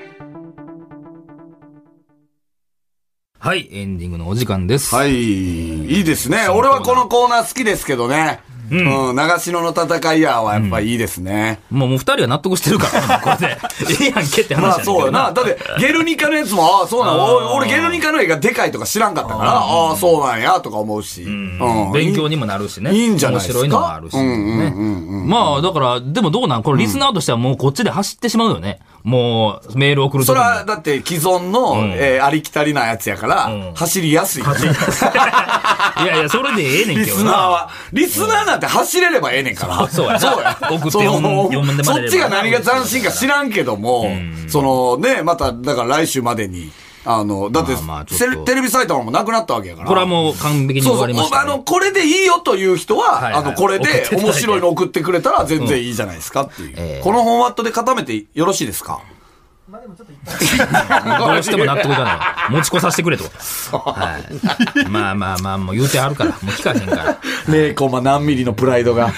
[SPEAKER 2] はい、エンディングのお時間です。
[SPEAKER 3] はい、いいですね。俺はこのコーナー好きですけどね。うん、長篠の戦いやはやっぱいいですね。
[SPEAKER 2] もう、もう二人は納得してる
[SPEAKER 3] [LAUGHS]
[SPEAKER 2] から、これで。ええやんけって
[SPEAKER 3] ま
[SPEAKER 2] 話
[SPEAKER 3] あ
[SPEAKER 2] やねんけど
[SPEAKER 3] そうよな。だって、ゲルニカのやつも、ああ、そうなんお俺、ゲルニカの絵がでかいとか知らんかったから、ああ、そうなんや、とか思うし。うん
[SPEAKER 2] 勉強にもなるしね。
[SPEAKER 3] いいんじゃないですか
[SPEAKER 2] 面白いのもあるし、ねまあ、だから、でもどうなんこれリスナーとしてはもうこっちで走ってしまうよね。もう、メール送る
[SPEAKER 3] そ
[SPEAKER 2] と
[SPEAKER 3] れ
[SPEAKER 2] き
[SPEAKER 3] は、だって既存の、えーありきたりなやつやから、
[SPEAKER 2] うん
[SPEAKER 3] 走りやすいよ。
[SPEAKER 2] いやいや、それでええねん
[SPEAKER 3] リ
[SPEAKER 2] け
[SPEAKER 3] ス
[SPEAKER 2] ど
[SPEAKER 3] ナー
[SPEAKER 2] な。
[SPEAKER 3] は。リスナーなんて走れればええねんから。
[SPEAKER 2] そうやな
[SPEAKER 3] そうや。
[SPEAKER 2] 送って
[SPEAKER 3] その
[SPEAKER 2] 読む読んでもらえ
[SPEAKER 3] そ
[SPEAKER 2] れ
[SPEAKER 3] っ
[SPEAKER 2] ば
[SPEAKER 3] ちが何が斬新か知らんけども、そのね、また、だから来週までに、あの、だって
[SPEAKER 2] まあまあちょっと
[SPEAKER 3] セレテレビ埼玉もなくなったわけやから。
[SPEAKER 2] これはもう完璧に
[SPEAKER 3] そ
[SPEAKER 2] 終
[SPEAKER 3] うそ
[SPEAKER 2] わ
[SPEAKER 3] う、
[SPEAKER 2] りました
[SPEAKER 3] あ
[SPEAKER 2] ね、
[SPEAKER 3] の、これでいいよという人は、
[SPEAKER 2] はいはい
[SPEAKER 3] あの、これ
[SPEAKER 2] 送っていた
[SPEAKER 3] で
[SPEAKER 2] だいて
[SPEAKER 3] 面白いの送ってくれたら全然いいじゃないですかっていう。
[SPEAKER 2] ええ
[SPEAKER 3] このフォーマットで固めてよろしいで
[SPEAKER 2] [LAUGHS]
[SPEAKER 3] すか
[SPEAKER 2] どうしても納得いか
[SPEAKER 3] [LAUGHS]
[SPEAKER 2] ないわ。持ち越させてくれと。はい。まあまあまあ、もう言うてあるから。もう聞かへんから。
[SPEAKER 3] 0コマ何ミリのプライドが。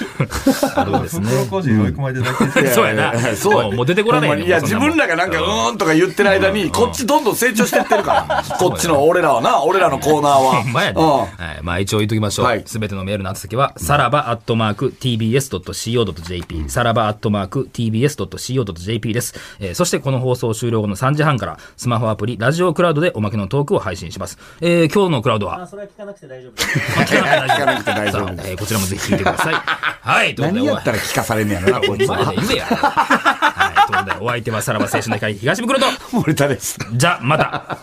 [SPEAKER 2] あるんですね。
[SPEAKER 4] 工事に追い込まれてだけで
[SPEAKER 2] [LAUGHS]
[SPEAKER 4] す
[SPEAKER 2] そうや
[SPEAKER 3] いい
[SPEAKER 2] な。
[SPEAKER 3] いそう
[SPEAKER 2] もうもう出てこられへん
[SPEAKER 3] ほ
[SPEAKER 2] よ
[SPEAKER 3] んまにいや、
[SPEAKER 2] もう
[SPEAKER 3] 自
[SPEAKER 2] そんなも
[SPEAKER 3] 分らがなんか、うーんとか言ってる間に、こっちどんどん成長してって
[SPEAKER 2] [LAUGHS]
[SPEAKER 3] るから。こっちの俺らはな、俺らのコーナーは。
[SPEAKER 2] ほんまやで、
[SPEAKER 3] う
[SPEAKER 2] はい。まあ一応言っときましょ
[SPEAKER 3] は
[SPEAKER 2] う
[SPEAKER 3] い。
[SPEAKER 2] すべてのメールの宛先は、さらばアットマーク tbs.co.jp、さらばアットマーク tbs.co.jp です。えーそしてこの放送終了後の3時半から、スマホアプリ、ラジオクラウドでおまけのトークを配信します。えー今日のクラウドは、
[SPEAKER 5] あそれは聞かなくて大丈夫です
[SPEAKER 2] 聞
[SPEAKER 3] 聞かなくて大丈夫
[SPEAKER 2] さあえーこちらもぜひ聞いてください。はい。ということ
[SPEAKER 3] 何
[SPEAKER 2] で
[SPEAKER 3] やったら聞かされんねやろな、こいつ
[SPEAKER 2] お前
[SPEAKER 3] は
[SPEAKER 2] 前。で言えや。はい。ということで、お相手はさらば青春の光東袋と、
[SPEAKER 3] 森田です。
[SPEAKER 2] じゃ、また。